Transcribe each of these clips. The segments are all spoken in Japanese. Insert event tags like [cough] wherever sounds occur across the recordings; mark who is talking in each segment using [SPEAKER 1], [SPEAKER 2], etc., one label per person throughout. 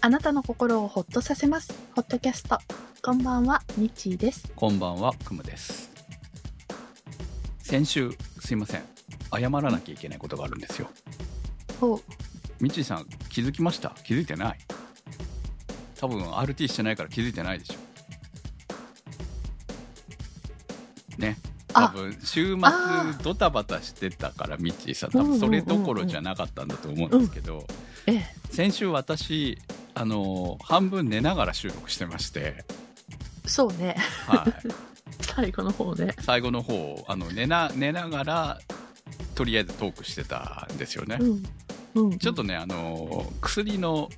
[SPEAKER 1] あなたの心をほっとさせます。ホットキャスト。こんばんは、みちーです。
[SPEAKER 2] こんばんは、くむです。先週、すいません。謝らなきゃいけないことがあるんですよ。
[SPEAKER 1] お
[SPEAKER 2] みちさん、気づきました気づいてない多分 RT してないから気づいてないでしょ。ね。多
[SPEAKER 1] あ、
[SPEAKER 2] 分週末
[SPEAKER 1] あ
[SPEAKER 2] ドタバタしてたからみちさん多分それどころじゃなかったんだと思うんですけど、
[SPEAKER 1] ええ。
[SPEAKER 2] 先週私あの半分寝ながら収録してまして、
[SPEAKER 1] そうね。 [laughs]
[SPEAKER 2] はい、
[SPEAKER 1] 最後の方ね。
[SPEAKER 2] 最後の方あの寝な寝ながらとりあえずトークしてたんですよね、
[SPEAKER 1] うん。うん。
[SPEAKER 2] ちょっとねあの薬の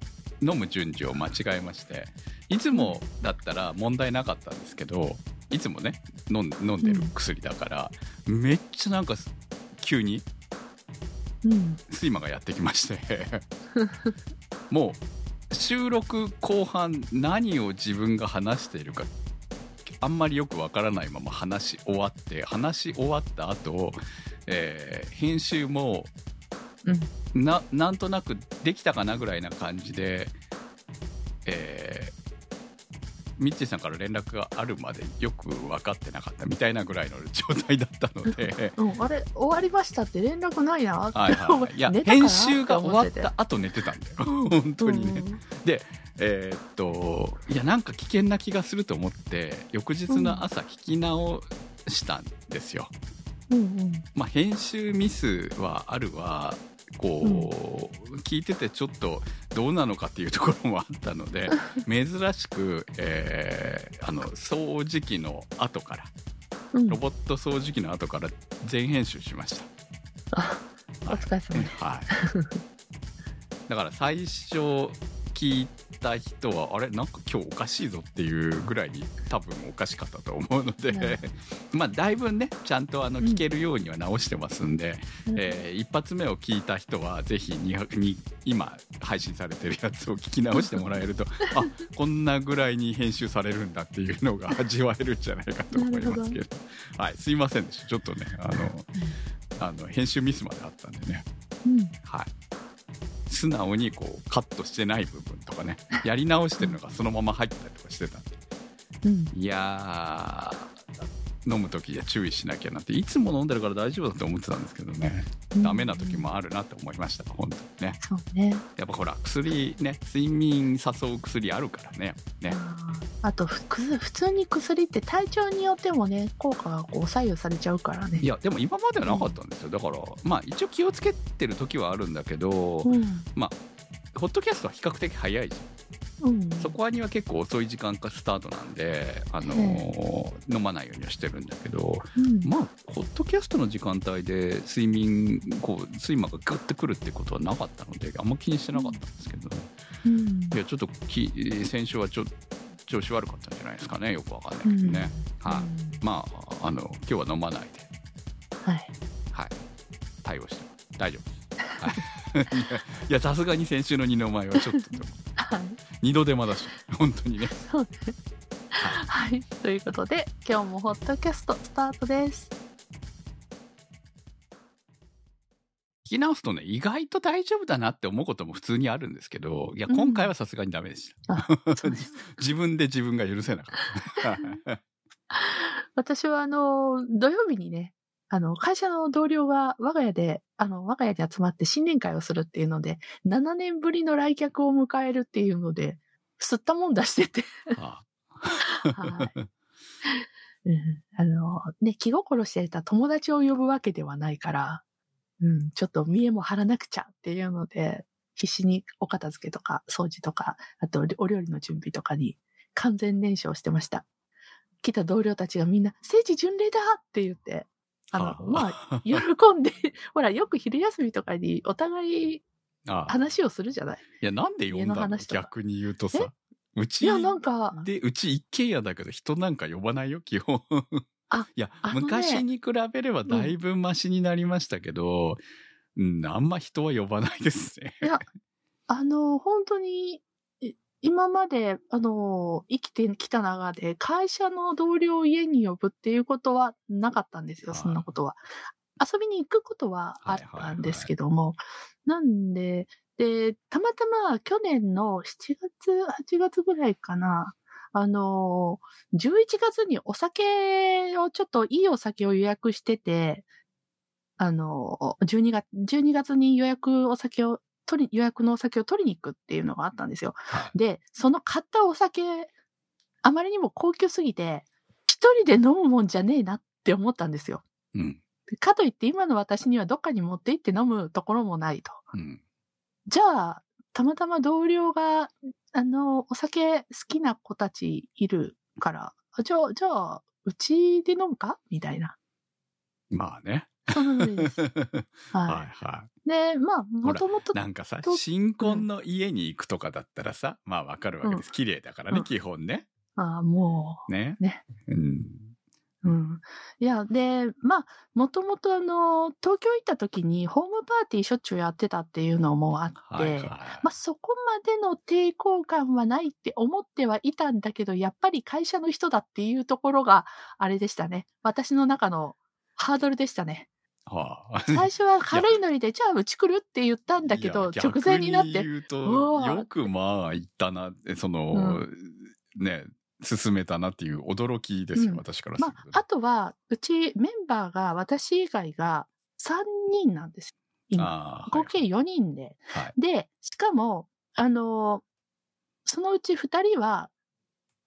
[SPEAKER 2] 飲む順序を間違えましていつもだったら問題なかったんですけどいつもね飲ん飲んでる薬だから、めっちゃなんか急に
[SPEAKER 1] うん。
[SPEAKER 2] 睡魔がやってきましてもう収録後半何を自分が話しているかあんまりよくわからないまま話し終わって話し終わった後、えー編集も
[SPEAKER 1] うん。
[SPEAKER 2] ななんとなくできたかなぐらいな感じで、えーミッチーさんから連絡があるまでよく分かってなかったみたいなぐらいの状態だったので。
[SPEAKER 1] うん、あれ、終わりましたって連絡ないな。
[SPEAKER 2] はいは
[SPEAKER 1] [laughs]
[SPEAKER 2] いはい、いや
[SPEAKER 1] 寝たかな
[SPEAKER 2] 編集が終わっ
[SPEAKER 1] って思
[SPEAKER 2] た後寝てた
[SPEAKER 1] [laughs]
[SPEAKER 2] んだよ本当にね、
[SPEAKER 1] うん
[SPEAKER 2] えーっといやなんか危険な気がすると思って翌日の朝聞き直したんですよ、
[SPEAKER 1] うんうん。
[SPEAKER 2] まあ編集ミスはあるわこう、聞いててちょっとどうなのかっていうところもあったの
[SPEAKER 1] [laughs]
[SPEAKER 2] で珍しく、えーあの掃除機の後から
[SPEAKER 1] うん
[SPEAKER 2] ロボット掃除機の後から全編集しました
[SPEAKER 1] あお疲れ様です。
[SPEAKER 2] はい。だから最初聞いた人はあれなんか今日おかしいぞっていうぐらいに多分おかしかったと思うので、
[SPEAKER 1] なる
[SPEAKER 2] [laughs] まあだいぶねちゃんとあの
[SPEAKER 1] うん
[SPEAKER 2] 聞けるようには直してますんで、えー一発目を聞いた人はぜひ200に今配信されてるやつを聞き直してもらえる [laughs] とあこんなぐらいに編集されるんだっていうのが味わえるんじゃないかと思いますけどはい、すいませんでしたちょっとねあのあの編集ミスまであったんでね。
[SPEAKER 1] うん。
[SPEAKER 2] はい、素直にこうカットしてない部分と
[SPEAKER 1] [laughs]
[SPEAKER 2] かねやり直してるのがそのまま入ったりとかしてたんで
[SPEAKER 1] うん。
[SPEAKER 2] いやー飲む時じゃ注意しなきゃなっていつも飲んでるから大丈夫だと思ってたんですけどね
[SPEAKER 1] うん
[SPEAKER 2] ダメな時。もあるなって思いました本当にね
[SPEAKER 1] そうね。
[SPEAKER 2] やっぱほら薬ね睡眠誘う薬あるからねね
[SPEAKER 1] あーあとふくず普通に薬って体調によってもね効果がこう左右されちゃうからね
[SPEAKER 2] いやでも今まではなかったんですよだからまあ一応気をつけてる時はあるんだけど、
[SPEAKER 1] うん
[SPEAKER 2] ホットキャストは比較的早いじゃん
[SPEAKER 1] うん
[SPEAKER 2] そこはには結構遅い時間からスタートなんで、あのー飲まないようにはしてるんだけど、
[SPEAKER 1] うん
[SPEAKER 2] まあ、ホットキャストの時間帯で睡眠、こう、睡魔がガッてくるってことはなかったので、あんま気にしてなかったんですけど、
[SPEAKER 1] うん
[SPEAKER 2] いや、ちょっとき、先週はちょ調子悪かったんじゃないですかね、よくわかんな
[SPEAKER 1] う
[SPEAKER 2] いけど
[SPEAKER 1] ん
[SPEAKER 2] ね。はい、
[SPEAKER 1] うん
[SPEAKER 2] まあ、あの、今日は飲まないで、
[SPEAKER 1] はい
[SPEAKER 2] はい、対応してます。大丈
[SPEAKER 1] [laughs]
[SPEAKER 2] 夫です。はい、いやいや、さすがに先週の二の前はちょっと、
[SPEAKER 1] はい
[SPEAKER 2] 二度手間だし、本当にね。
[SPEAKER 1] はいということで今日もホットキャストスタートです
[SPEAKER 2] 聞き直すとね、意外と大丈夫だなって思うことも普通にあるんですけど、いや、
[SPEAKER 1] うん
[SPEAKER 2] 今回はさすがにダメでした。
[SPEAKER 1] あそうです
[SPEAKER 2] 自分で自分が許せなか
[SPEAKER 1] [laughs]
[SPEAKER 2] った。
[SPEAKER 1] 私はあの土曜日にねあの会社の同僚が我が家であの我が家に集まって新年会をするっていうので7年ぶりの来客を迎えるっていうので吸ったもんだしてて [laughs]
[SPEAKER 2] あ
[SPEAKER 1] はい。うんあの、ね、気心していた友達を呼ぶわけではないから、うん、ちょっと見栄も張らなくちゃっていうので、必死にお片付けとか掃除とか、あとお料理の準備とかに完全燃焼してました。来た同僚たちがみんな、聖地巡礼だって言って、あの、まあ、
[SPEAKER 2] あ、
[SPEAKER 1] 喜んで、ほら、よく昼休みとかにお互い
[SPEAKER 2] ああ
[SPEAKER 1] 話をするじゃない
[SPEAKER 2] いや、なんで呼ん
[SPEAKER 1] 家の
[SPEAKER 2] だの
[SPEAKER 1] 話とか
[SPEAKER 2] 逆に言うとさ。う
[SPEAKER 1] [laughs] い
[SPEAKER 2] ち
[SPEAKER 1] や、なんか、
[SPEAKER 2] で、うち一軒家だけど人なんか呼ばないよ、基本。
[SPEAKER 1] あ
[SPEAKER 2] [laughs] いや、
[SPEAKER 1] あのね
[SPEAKER 2] 昔に比べればだいぶマシになりましたけど、うん、あんま人は呼ばないですね。
[SPEAKER 1] あの、本当に、い今まで、あの、生きてきた中で、会社の同僚を家に呼ぶっていうことはなかったんですよ、
[SPEAKER 2] はい
[SPEAKER 1] そんなことは。遊びに行くことはあったんですけども、なんで、で、たまたま去年の7月、8月ぐらいかな、あのー、11月にお酒を、ちょっといいお酒を予約してて、あのー、12月、12月に予約お酒を取り、予約のお酒を取りに行くっていうのがあったんですよ。で、その買ったお酒、あまりにも高級すぎて、一人で飲むもんじゃねえなって思ったんですよ。
[SPEAKER 2] うん。
[SPEAKER 1] かといって今の私にはどっかに持って行って飲むところもないと。
[SPEAKER 2] うん。
[SPEAKER 1] じゃあ、たまたま同僚が、あの、お酒好きな子たちいるから、あじゃあ、じゃあ、うちで飲むかみたい
[SPEAKER 2] [laughs]
[SPEAKER 1] な。
[SPEAKER 2] ま
[SPEAKER 1] [laughs]
[SPEAKER 2] あね。
[SPEAKER 1] そんな感じです。
[SPEAKER 2] [laughs] はい
[SPEAKER 1] は。
[SPEAKER 2] はい
[SPEAKER 1] で、まあ、もともと
[SPEAKER 2] い。、なんかさ
[SPEAKER 1] と
[SPEAKER 2] 新婚の家に行くとかだったらさまあわかるわけです綺麗だからね、
[SPEAKER 1] うん
[SPEAKER 2] 基本ね。
[SPEAKER 1] あも
[SPEAKER 2] ね。
[SPEAKER 1] ね
[SPEAKER 2] うん。
[SPEAKER 1] う、うん。いや、で、まあ、もともとあの、東京行った時にホームパーティーしょっちゅうやってたっていうのもあって、
[SPEAKER 2] はいはい。
[SPEAKER 1] まあ、そこまでの抵抗感はないって思ってはいたんだけど、やっぱり会社の人だっていうところが、あれでしたね。私の中のハードルでしたね。
[SPEAKER 2] はあ
[SPEAKER 1] 最初は軽いノリで、じゃあうち来るって言ったんだけど、
[SPEAKER 2] いや
[SPEAKER 1] 直前になっ
[SPEAKER 2] 逆
[SPEAKER 1] て、
[SPEAKER 2] 言う
[SPEAKER 1] う
[SPEAKER 2] と
[SPEAKER 1] わ
[SPEAKER 2] よくまあ言ったなえその、ね進めたなっていう驚きですよ、
[SPEAKER 1] うん
[SPEAKER 2] 私からす
[SPEAKER 1] ま
[SPEAKER 2] る
[SPEAKER 1] あ
[SPEAKER 2] と、、
[SPEAKER 1] あとは、うちメンバーが、私以外が3人なんです。今、
[SPEAKER 2] あー
[SPEAKER 1] 合計4人で。
[SPEAKER 2] はいはい
[SPEAKER 1] で、しかも、あのーそのうち2人は、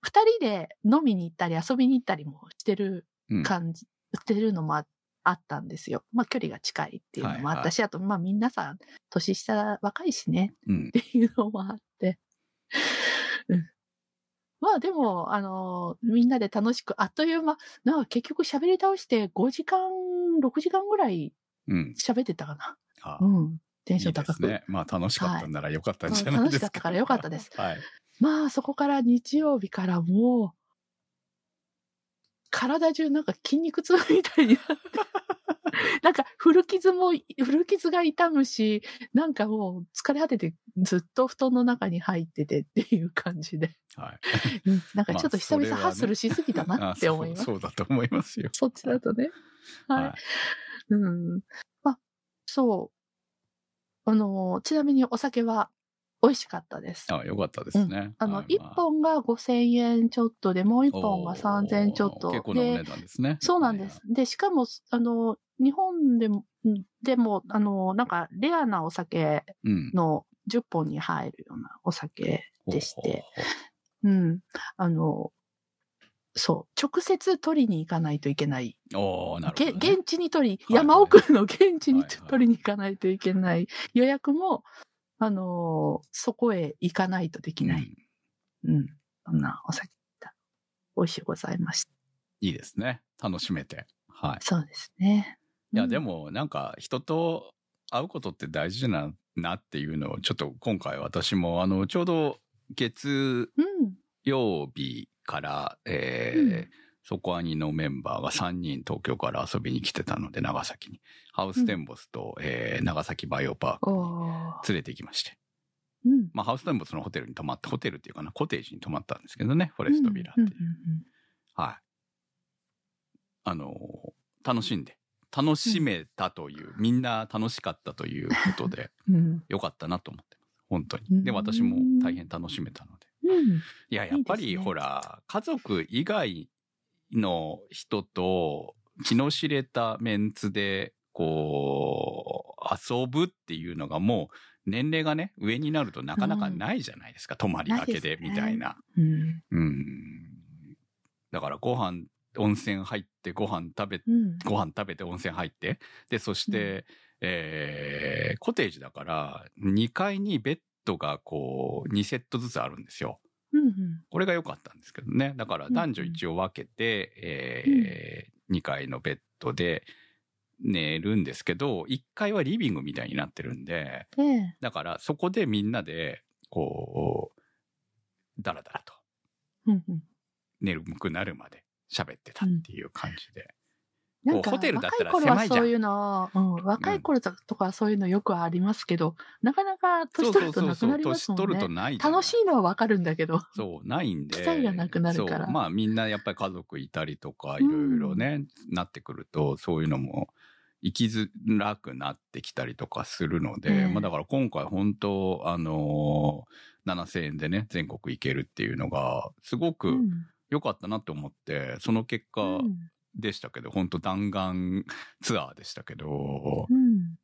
[SPEAKER 1] 2人で飲みに行ったり遊びに行ったりもしてる
[SPEAKER 2] うん
[SPEAKER 1] 感じ、してるのもああったんですよ。まあ距離が近いっていうのもあったし、あとまあみんなさ、年下若いしね [laughs]
[SPEAKER 2] うん
[SPEAKER 1] っていうのもあって。うんまあでも、あのーみんなで楽しく、あっという間、なんか結局喋り倒して5時間、6時間ぐらい
[SPEAKER 2] うん
[SPEAKER 1] 喋ってたかな。
[SPEAKER 2] あ
[SPEAKER 1] う
[SPEAKER 2] ー
[SPEAKER 1] ん。テンシ
[SPEAKER 2] い
[SPEAKER 1] ョ
[SPEAKER 2] い
[SPEAKER 1] ン
[SPEAKER 2] で
[SPEAKER 1] 高
[SPEAKER 2] す
[SPEAKER 1] く。
[SPEAKER 2] ねまあ楽しかったんならよかったんじゃない
[SPEAKER 1] 楽
[SPEAKER 2] で
[SPEAKER 1] し
[SPEAKER 2] す
[SPEAKER 1] か
[SPEAKER 2] か、
[SPEAKER 1] ったからよかったです。
[SPEAKER 2] はい
[SPEAKER 1] まあそこから日曜日からもう、体中なんか筋肉痛みたいになって、なんか古傷も、古傷が痛むし、なんかもう疲れ果ててずっと布団の中に入っててっていう感じで、 [laughs]
[SPEAKER 2] はい
[SPEAKER 1] うんなんかちょっと
[SPEAKER 2] まあ
[SPEAKER 1] 久
[SPEAKER 2] それはね
[SPEAKER 1] 々ハッスルしすぎたな
[SPEAKER 2] あ
[SPEAKER 1] って思います。
[SPEAKER 2] そうそうだと思いますよ
[SPEAKER 1] そっちだとね。はい。
[SPEAKER 2] はい
[SPEAKER 1] うん。あ、そう。あの、ちなみにお酒は美味しかったです。
[SPEAKER 2] あよかったですね、
[SPEAKER 1] あの、
[SPEAKER 2] はい
[SPEAKER 1] 一
[SPEAKER 2] ま
[SPEAKER 1] 本が5000円ちょっとで、もう一本が3000円ちょっ
[SPEAKER 2] おー
[SPEAKER 1] と
[SPEAKER 2] 結構なお値
[SPEAKER 1] で、
[SPEAKER 2] 段ですね
[SPEAKER 1] そうなんです。で、しかも、あの、日本でも、んでも、あの、なんか、レアなお酒
[SPEAKER 2] うん
[SPEAKER 1] の10本に入るようなお酒。でして
[SPEAKER 2] ほうほ
[SPEAKER 1] う
[SPEAKER 2] う
[SPEAKER 1] ん。あの、そう。直接取りに行かないといけない。
[SPEAKER 2] ほうおーなるほ
[SPEAKER 1] げ
[SPEAKER 2] ど、ね、
[SPEAKER 1] 現地に取り、
[SPEAKER 2] はい
[SPEAKER 1] 山奥の現地に
[SPEAKER 2] はいはい
[SPEAKER 1] 取りに行かないといけない。予約も、あのーそこへ行かないとできない。
[SPEAKER 2] うん
[SPEAKER 1] うん。そんなお酒だ。美味しゅうございました。
[SPEAKER 2] いいですね楽しめてはい
[SPEAKER 1] そうですね。
[SPEAKER 2] い
[SPEAKER 1] う
[SPEAKER 2] や、
[SPEAKER 1] ん
[SPEAKER 2] で、もなんか人と会うことって大事ななっていうのをちょっと今回私もあのちょうど月
[SPEAKER 1] うん。
[SPEAKER 2] 曜日から、えー
[SPEAKER 1] うん
[SPEAKER 2] そこアニのメンバーが3人東京から遊びに来てたので長崎にハウステンボスと、えー長崎バイオパークに
[SPEAKER 1] おー
[SPEAKER 2] 連れて行きまして、
[SPEAKER 1] うん。
[SPEAKER 2] まあ、ハウステンボスのホテルに泊まってホテルっていうかなコテージに泊まったんですけどねフォレストビラっていう、
[SPEAKER 1] うんうん
[SPEAKER 2] はいあのー楽しんで楽しめたという、みんな楽しかったということで
[SPEAKER 1] うん
[SPEAKER 2] 良かったなと思ってます。本当
[SPEAKER 1] う
[SPEAKER 2] に。
[SPEAKER 1] ん
[SPEAKER 2] で、私も大変楽しめたので。
[SPEAKER 1] うん。
[SPEAKER 2] いや、やっぱり
[SPEAKER 1] いいですね
[SPEAKER 2] ほら、家族以外の人と気の知れたメンツで、こう、遊ぶっていうのがもう年齢がね、上になるとなかなかないじゃないですか。泊まりがけ
[SPEAKER 1] な
[SPEAKER 2] で、
[SPEAKER 1] いですね
[SPEAKER 2] みたいな。
[SPEAKER 1] うん。
[SPEAKER 2] うん。だからご飯、温泉入ってご飯食べ
[SPEAKER 1] うん。
[SPEAKER 2] ご飯食べて温泉入って、で、そして、えーコテージだから、2階にベッドがこう、2セットずつあるんですよ。
[SPEAKER 1] うん。
[SPEAKER 2] これが良かったんですけどね。だから男女
[SPEAKER 1] うんうん
[SPEAKER 2] 一応分けて、え2階のベッドで寝るんですけど、1階はリビングみたいになってるんで、
[SPEAKER 1] うんええ。
[SPEAKER 2] だからそこでみんなで、こう、ダラダラと
[SPEAKER 1] うんうん。
[SPEAKER 2] 眠くなるまで喋ってたっていう感じで。
[SPEAKER 1] なんか
[SPEAKER 2] こうホテルだったら
[SPEAKER 1] 若い頃
[SPEAKER 2] 狭
[SPEAKER 1] はい
[SPEAKER 2] じゃん
[SPEAKER 1] そういうの、うん、若い頃とかはそういうのよくありますけど、なかなか年取るとなくなります
[SPEAKER 2] 年
[SPEAKER 1] もん
[SPEAKER 2] 取ると
[SPEAKER 1] ね。
[SPEAKER 2] ないじゃない
[SPEAKER 1] 楽しいのはわかるんだけど。
[SPEAKER 2] そう、ないんで。
[SPEAKER 1] 機会がなくなるから
[SPEAKER 2] そうまあみんなやっぱり家族いたりとか、
[SPEAKER 1] う
[SPEAKER 2] い
[SPEAKER 1] ん
[SPEAKER 2] ろいろね、なってくると、そういうのも生きづらくなってきたりとかするので、
[SPEAKER 1] ええ
[SPEAKER 2] まあだから今回本当、あのー7000円でね、全国行けるっていうのが、すご
[SPEAKER 1] う
[SPEAKER 2] く
[SPEAKER 1] ん
[SPEAKER 2] 良かったなって思って、その結果
[SPEAKER 1] うん
[SPEAKER 2] でしたけど、本当弾丸ツアーでしたけど、
[SPEAKER 1] うん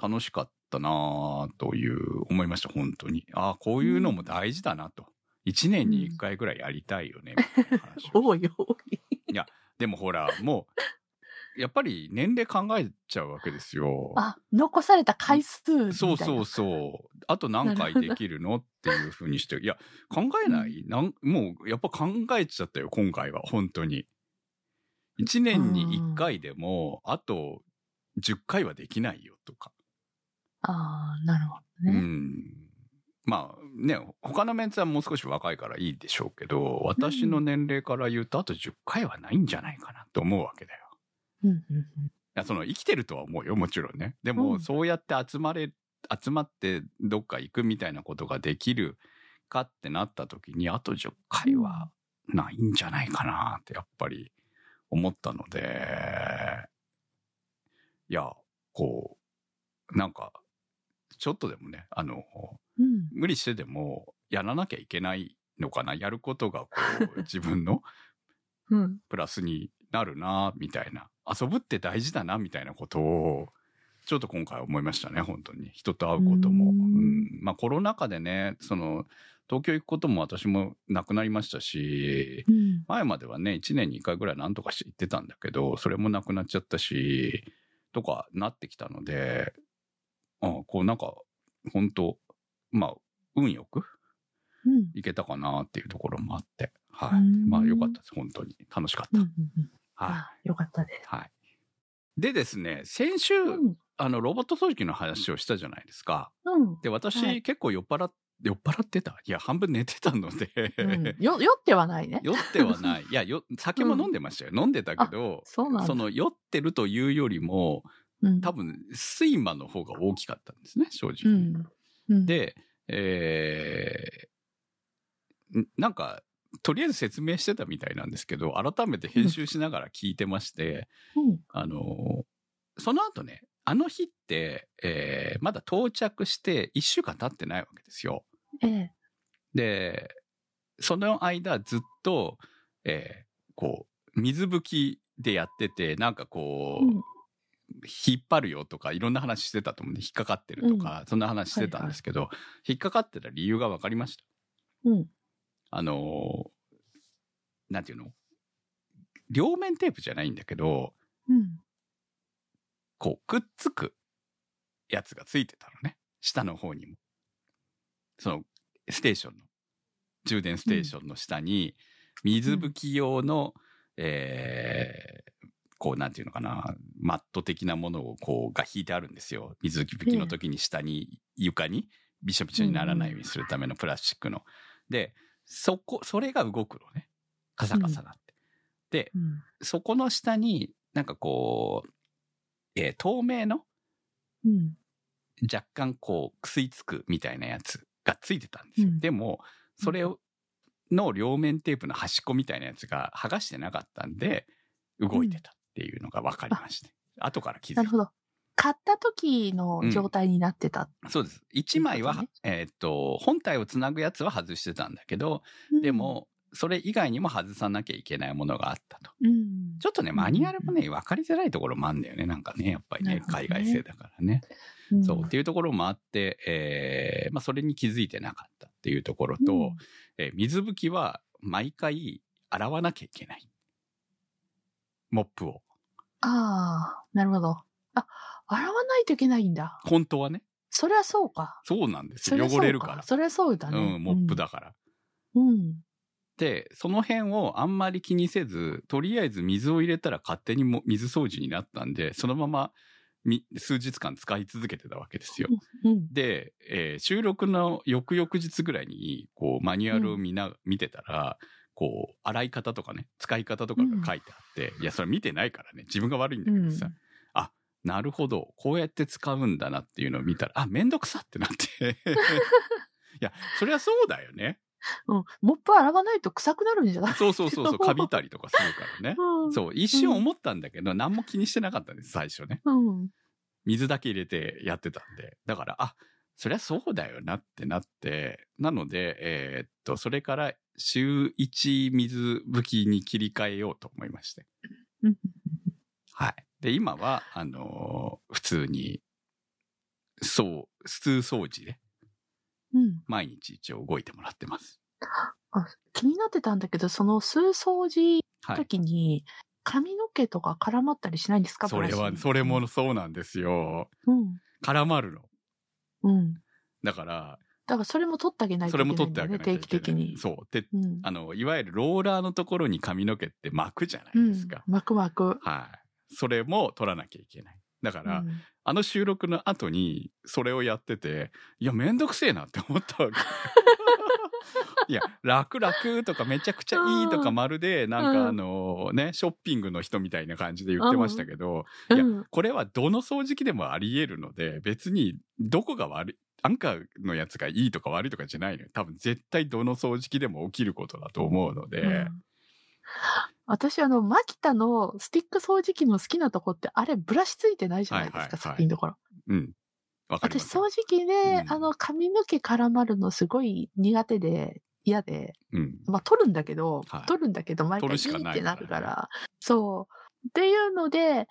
[SPEAKER 2] 楽しかったなぁという思いました、本当に。ああ、こういうのも大事だなと。一年に一回ぐらいやりたいよね、みた
[SPEAKER 1] [laughs]
[SPEAKER 2] いな話を
[SPEAKER 1] 多い多い。
[SPEAKER 2] でもほら、もう、やっぱり年齢考えちゃうわけですよ。
[SPEAKER 1] あ、残された回数みたいな。
[SPEAKER 2] そうそうそう。あと何回できるのっていうふうにして、いや、考えない、なんもう、やっぱ考えちゃったよ、今回は、本当に。一年に一回でも、あと10回はできないよ、とか。
[SPEAKER 1] ああ、なるほど
[SPEAKER 2] う
[SPEAKER 1] ね。
[SPEAKER 2] ん。まあね、他のメンツはもう少し若いからいいでしょうけど、私の年齢から言うと、あと10回はないんじゃないかなと思うわけだよ。
[SPEAKER 1] うんうんうん
[SPEAKER 2] いや、その生きてるとは思うよ、もちろんね。で
[SPEAKER 1] う
[SPEAKER 2] も、
[SPEAKER 1] ん
[SPEAKER 2] そうやって集まれ、集まってどっか行くみたいなことができるかってなった時に、あと10回はないんじゃないかなって、やっぱり思ったので、いや、こう、なんか、ちょっとでもね、あの、
[SPEAKER 1] うん
[SPEAKER 2] 無理してでもやらなきゃいけないのかな、やることがこう、自分の
[SPEAKER 1] うん。
[SPEAKER 2] プラスになるなみたいな遊ぶって大事だなみたいなことをちょっと今回思いましたね本当に人と会うことも、
[SPEAKER 1] う
[SPEAKER 2] うんんまあコロナ禍でねその東京行くことも私もなくなりましたし
[SPEAKER 1] うん。
[SPEAKER 2] 前まではね1年に1回ぐらいなんとかして行ってたんだけどそれもなくなっちゃったしとかなってきたのであこうなんか本当まあ運よく
[SPEAKER 1] うん
[SPEAKER 2] 行けたかなっていうところもあって、は
[SPEAKER 1] う
[SPEAKER 2] い、
[SPEAKER 1] ん
[SPEAKER 2] まあ良かったです本当に楽しかっ
[SPEAKER 1] うんう
[SPEAKER 2] た、
[SPEAKER 1] んうん。
[SPEAKER 2] はい。
[SPEAKER 1] あよかったです。
[SPEAKER 2] はい。でですね、先週、
[SPEAKER 1] うん。
[SPEAKER 2] あの、ロボット掃除機の話をしたじゃないですか。
[SPEAKER 1] うん
[SPEAKER 2] で、私、
[SPEAKER 1] はい
[SPEAKER 2] 結構酔っ払っ、酔っ払ってたいや、半分寝てたので、
[SPEAKER 1] うん。よ、酔ってはないね。
[SPEAKER 2] [laughs] 酔ってはない。いや、よ酒も飲んでましたよ。飲んでたけど、
[SPEAKER 1] そうなんだ。
[SPEAKER 2] の、酔ってるというよりも、
[SPEAKER 1] うん
[SPEAKER 2] 多分、睡魔の方が大きかったんですね、正直。
[SPEAKER 1] うん。うん、
[SPEAKER 2] で、えーんなんか、とりあえず説明してたみたいなんですけど、改めて編集しながら聞いてまして、
[SPEAKER 1] うん、
[SPEAKER 2] あのーその後ね、あの日って、えーまだ到着して1週間経ってないわけですよ。
[SPEAKER 1] ええ。
[SPEAKER 2] で、その間ずっと、えーこう、水拭きでやってて、なんかこう、
[SPEAKER 1] うん
[SPEAKER 2] 引っ張るよとか、いろんな話してたと思うんで、引っかかってるとか、そんな話してたんですけど、引っかかってた理由が分かりました。
[SPEAKER 1] うん。
[SPEAKER 2] あのーなんていうの両面テープじゃないんだけど、
[SPEAKER 1] うん。
[SPEAKER 2] こう、くっつくやつがついてたのね。下の方にも。その、ステーションの、充電ステーションの下に、水拭き用の、えーこう、なんていうのかな、マット的なものをこう、が引いてあるんですよ。水拭きの時に下に、床に、びしょびしょにならないようにするためのプラスチックの。で、そこ、それが動くのね。カサカサなって。で、
[SPEAKER 1] うん。
[SPEAKER 2] そこの下に、なんかこう、えー透明の
[SPEAKER 1] うん。
[SPEAKER 2] 若干こう、くすいつくみたいなやつがついてたんですよ。
[SPEAKER 1] うん
[SPEAKER 2] でも、それを、の両面テープの端っこみたいなやつが剥がしてなかったんで、動いてたっていうのが分かりまして。後から気づ
[SPEAKER 1] ないるほ
[SPEAKER 2] た。
[SPEAKER 1] ど。買った時の状態になってた。
[SPEAKER 2] そうです。1枚は、
[SPEAKER 1] なるほ
[SPEAKER 2] えーっと、本体をつなぐやつは外してたんだけど、で、も、それ以外にも外さなきゃいけないものがあったと。
[SPEAKER 1] うん。
[SPEAKER 2] ちょっとね、マニュアルもね、分かりづらいところもあるんだよね。なんかね、やっぱり
[SPEAKER 1] な
[SPEAKER 2] ね
[SPEAKER 1] る、ほどね
[SPEAKER 2] 海外製だからね。
[SPEAKER 1] うん
[SPEAKER 2] そう、っていうところもあって、えーまあ、それに気づいてなかったっていうところと、
[SPEAKER 1] うん
[SPEAKER 2] えー水拭きは毎回洗わなきゃいけない。モップを。
[SPEAKER 1] ああ、なるほど。あ、洗わないといけないんだ。
[SPEAKER 2] 本当はね。
[SPEAKER 1] そりゃそうか。
[SPEAKER 2] そうなんです
[SPEAKER 1] そ
[SPEAKER 2] よ。
[SPEAKER 1] りゃそう
[SPEAKER 2] 汚れるから。
[SPEAKER 1] そりゃそうだね。
[SPEAKER 2] うん、モップ。だから。
[SPEAKER 1] うん。
[SPEAKER 2] で、その辺をあんまり気にせず、とりあえず水を入れたら勝手にも水掃除になったんで、そのままみ数日間使い続けてたわけですよ。
[SPEAKER 1] うん。
[SPEAKER 2] で、えー収録の翌々日ぐらいに、こう、マニュアルを見な、見てたら、こう、洗い方とかね、使い方とかが書いてあって、いや、それ見てないからね、自分が悪いんだけどさ、なるほど、こうやって使うん [laughs] だなっていうのを見たら、あ、めんどくさってなって。いや、そりゃそうだよね。
[SPEAKER 1] うん。モップ洗わないと臭くなるんじゃない
[SPEAKER 2] そうそうそうそう、カビたりとかするからね。
[SPEAKER 1] うん
[SPEAKER 2] [laughs] そう、一瞬思ったんだけど、何も気にしてなかったんです、最初ね。
[SPEAKER 1] うん。
[SPEAKER 2] 水だけ入れてやってたんで。だから、あ、そりゃそうだよなってなって、なので、えーっと、それから週1水拭きに切り替えようと思いまして。
[SPEAKER 1] うん
[SPEAKER 2] はい。で、今は、あのー普通に、そう、普通掃除で、
[SPEAKER 1] うん。
[SPEAKER 2] 毎日一応動いてもらってます。
[SPEAKER 1] あ気になってたんだけど、その数掃除
[SPEAKER 2] はい。
[SPEAKER 1] 時に、髪の毛とか絡まったりしないんですか
[SPEAKER 2] それは、
[SPEAKER 1] ブラシに
[SPEAKER 2] それもそうなんですよ。
[SPEAKER 1] うん。
[SPEAKER 2] 絡まるの。
[SPEAKER 1] うん。
[SPEAKER 2] だから、
[SPEAKER 1] だからそれも取ってあげないと
[SPEAKER 2] そ
[SPEAKER 1] い
[SPEAKER 2] れ
[SPEAKER 1] け
[SPEAKER 2] も
[SPEAKER 1] ない
[SPEAKER 2] 取っ
[SPEAKER 1] ん
[SPEAKER 2] て
[SPEAKER 1] だ
[SPEAKER 2] あ
[SPEAKER 1] よ
[SPEAKER 2] げ
[SPEAKER 1] ね、
[SPEAKER 2] なきゃ
[SPEAKER 1] 定
[SPEAKER 2] い
[SPEAKER 1] 期
[SPEAKER 2] けない。
[SPEAKER 1] 的に。
[SPEAKER 2] そう。で、
[SPEAKER 1] うん。
[SPEAKER 2] あの、いわゆるローラーのところに髪の毛って巻くじゃな
[SPEAKER 1] う
[SPEAKER 2] い
[SPEAKER 1] ん
[SPEAKER 2] ですか。
[SPEAKER 1] 巻く巻く。
[SPEAKER 2] はい。それも取らなきゃいけない。だから、
[SPEAKER 1] うん
[SPEAKER 2] あの収録の後にそれをやってて、いや、めんどくせえなって思ったわけ。
[SPEAKER 1] [laughs]
[SPEAKER 2] いや、楽楽とかめちゃくちゃいいとか
[SPEAKER 1] うん
[SPEAKER 2] まるで、なんか
[SPEAKER 1] うん
[SPEAKER 2] あのね、ショッピングの人みたいな感じで言ってましたけど、いや
[SPEAKER 1] うん
[SPEAKER 2] これはどの掃除機でもあり得るので、別にどこが悪い、アンカーのやつがいいとか悪いとかじゃないのよ。多分絶対どの掃除機でも起きることだと思うので、
[SPEAKER 1] うん私、あの、マキタのスティック掃除機の好きなとこって、あれ、ブラシついてないじゃないですか、
[SPEAKER 2] はいはいはい
[SPEAKER 1] 先のところ。
[SPEAKER 2] うん。わかりま
[SPEAKER 1] 私、
[SPEAKER 2] す。
[SPEAKER 1] 掃除機で、
[SPEAKER 2] うん
[SPEAKER 1] あの、髪の毛絡まるのすごい苦手で、嫌で、
[SPEAKER 2] うん。
[SPEAKER 1] まあ、取るんだけど、
[SPEAKER 2] はい
[SPEAKER 1] 取るんだけど、毎回
[SPEAKER 2] 取
[SPEAKER 1] いい
[SPEAKER 2] るしか
[SPEAKER 1] っ
[SPEAKER 2] ない
[SPEAKER 1] て
[SPEAKER 2] から
[SPEAKER 1] なるから、そう。っていうので、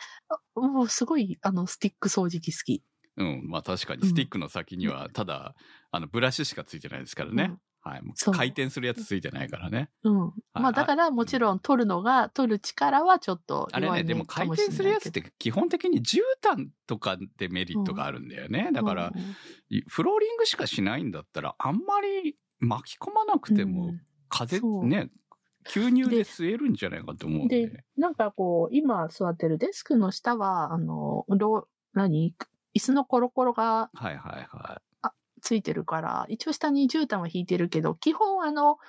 [SPEAKER 1] あもうすごい、あの、スティック掃除機好き。
[SPEAKER 2] うん、まあ確かにスティックの先には、ただ、あの、ブラシしかついてないですからね。はい。もう
[SPEAKER 1] そう
[SPEAKER 2] 回転するやつついてないからね。
[SPEAKER 1] うん。うん。
[SPEAKER 2] あ
[SPEAKER 1] まあ、だから、もちろん、取るのが、取る力はちょっと
[SPEAKER 2] あれ
[SPEAKER 1] 弱
[SPEAKER 2] ね、
[SPEAKER 1] い
[SPEAKER 2] でも回転するやつって基本的に絨毯とかでメリットがあるんだよね。だから、フローリングしかしないんだったら、あんまり巻き込まなくても、風、
[SPEAKER 1] そう
[SPEAKER 2] ね、吸入で吸えるんじゃないかと思うんで。
[SPEAKER 1] でなんかこう、今座ってるデスクの下は、あの、ろ何椅子のコロコロが
[SPEAKER 2] はいはいは
[SPEAKER 1] ついてるから、一応下に絨毯は引いてるけど、基本あの、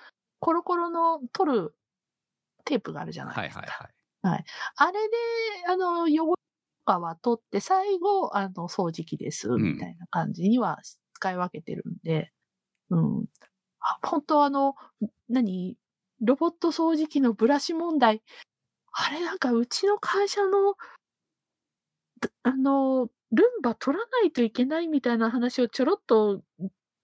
[SPEAKER 1] コロコロの取るテープがあるじゃ
[SPEAKER 2] い。
[SPEAKER 1] ない
[SPEAKER 2] はい
[SPEAKER 1] ですか。
[SPEAKER 2] はいはい。
[SPEAKER 1] あれで、あの、汚れとかは取って、最後、あの、掃除機です、
[SPEAKER 2] ん
[SPEAKER 1] みたいな感じには使い分けてるんで、うん。あ本当あの、何ロボット掃除機のブラシ問題。あれなんかうちの会社の、だあの、ルンバ取らないといけないみたいな話をちょろっと、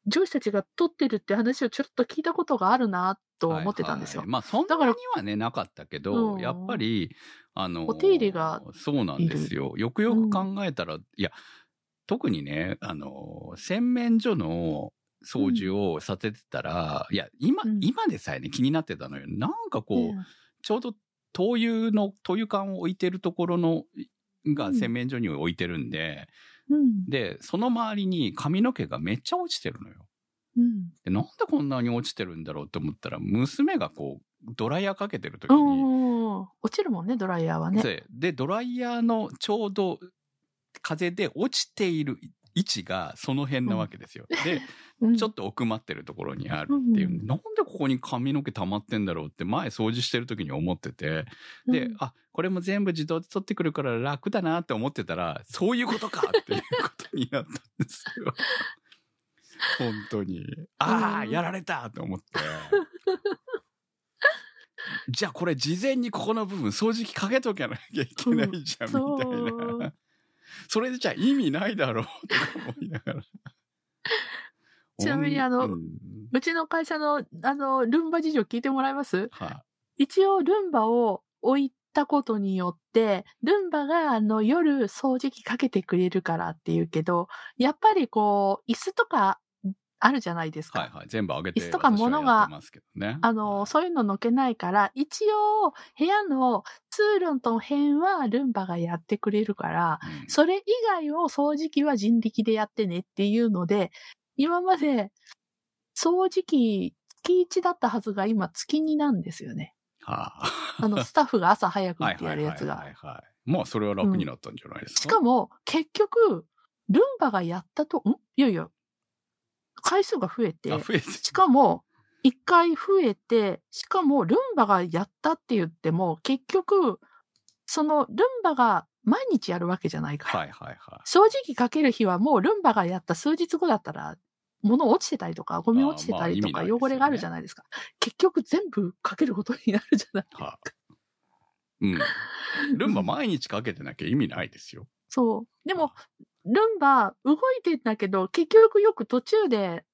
[SPEAKER 1] 上司たちが取ってるって話をちょろっと聞いたことがあるな、と思ってたんですよ
[SPEAKER 2] はいはい。まあそんな
[SPEAKER 1] だ
[SPEAKER 2] に
[SPEAKER 1] から
[SPEAKER 2] はねなかったけど、
[SPEAKER 1] うん
[SPEAKER 2] やっぱりあの
[SPEAKER 1] お手入れが
[SPEAKER 2] そうなんですよ。よくよく考えたら、いや特にねあの洗面所の掃除をさせてたら、いや今、
[SPEAKER 1] うん
[SPEAKER 2] 今でさえね気になってたのよ。なんかこう、
[SPEAKER 1] うん
[SPEAKER 2] ちょうど灯油の灯油管を置いてるところの
[SPEAKER 1] う
[SPEAKER 2] が
[SPEAKER 1] ん
[SPEAKER 2] 洗面所に置いてるんで、
[SPEAKER 1] うん。
[SPEAKER 2] でその周りに髪の毛がめっちゃ落ちてるのよ。
[SPEAKER 1] うん。
[SPEAKER 2] でなんでこんなに落ちてるんだろうって思ったら娘がこうドライヤーかけてる時
[SPEAKER 1] う
[SPEAKER 2] に、
[SPEAKER 1] ん落ちるもんね、ドライヤーはね。
[SPEAKER 2] ででドライヤーのちょうど風で落ちている位置がその辺なわけですよ。
[SPEAKER 1] う
[SPEAKER 2] で
[SPEAKER 1] ん
[SPEAKER 2] ちょっと奥まってるところにあるっていう、
[SPEAKER 1] うん
[SPEAKER 2] なんでここに髪の毛溜まってんだろうって前掃除してる時に思っててで、
[SPEAKER 1] うん
[SPEAKER 2] あこれも全部自動で取ってくるから楽だなって思ってたらそういうことかっていうことになったんです
[SPEAKER 1] [laughs]
[SPEAKER 2] よ。本当にああ、
[SPEAKER 1] うん
[SPEAKER 2] やられたと思ってじゃあこれ事前にここの部分掃除機かけとけなきゃいけないじゃんみ
[SPEAKER 1] うん
[SPEAKER 2] たい
[SPEAKER 1] そ
[SPEAKER 2] な、
[SPEAKER 1] う
[SPEAKER 2] それじゃ意味ないだろうとか思いながら
[SPEAKER 1] [laughs] ちなみにあの
[SPEAKER 2] うん
[SPEAKER 1] うちの会社の、あの、ルンバ事情聞いてもらえます
[SPEAKER 2] は
[SPEAKER 1] 一応、ルンバを置いたことによって、ルンバが、あの、夜掃除機かけてくれるからっていうけど、やっぱりこう、椅子とかあるじゃないです
[SPEAKER 2] い、
[SPEAKER 1] か。
[SPEAKER 2] はいはい全部上げて
[SPEAKER 1] 椅子とか物が
[SPEAKER 2] 私はやってますけどね
[SPEAKER 1] あの、そういうののけないから、一応、部屋の通路の辺はルンバがやってくれるから、
[SPEAKER 2] うん
[SPEAKER 1] それ以外を掃除機は人力でやってねっていうので、今まで掃除機月1だったはずが今月2なんですよね。
[SPEAKER 2] はあ
[SPEAKER 1] あ
[SPEAKER 2] [laughs]
[SPEAKER 1] の、スタッフが朝早く
[SPEAKER 2] は
[SPEAKER 1] っ
[SPEAKER 2] い
[SPEAKER 1] て
[SPEAKER 2] は
[SPEAKER 1] や
[SPEAKER 2] い
[SPEAKER 1] るや
[SPEAKER 2] はいは
[SPEAKER 1] つ
[SPEAKER 2] い
[SPEAKER 1] が。
[SPEAKER 2] はい。もうそれは楽になったんじゃないですか。
[SPEAKER 1] しかも結局、ルンバがやったと、んいやいや、回数が増えて、
[SPEAKER 2] あ増えて
[SPEAKER 1] しかも、一回増えて、しかもルンバがやったって言っても、結局、そのルンバが毎日やるわけじゃないから。
[SPEAKER 2] はいはいは
[SPEAKER 1] 正直かける日はもうルンバがやった数日後だったら物落ちてたりとか、ゴミ落ちてたりと
[SPEAKER 2] あ
[SPEAKER 1] か、
[SPEAKER 2] ーまあ意味ないですよね
[SPEAKER 1] 汚れがあるじゃないですか。結局全部かけることになるじゃない。
[SPEAKER 2] はうん。 [laughs] ルンバ毎日かけてなきゃ意味ないですよ。
[SPEAKER 1] そう。でも、ルンバ動いてんだけど、結局よく途中で、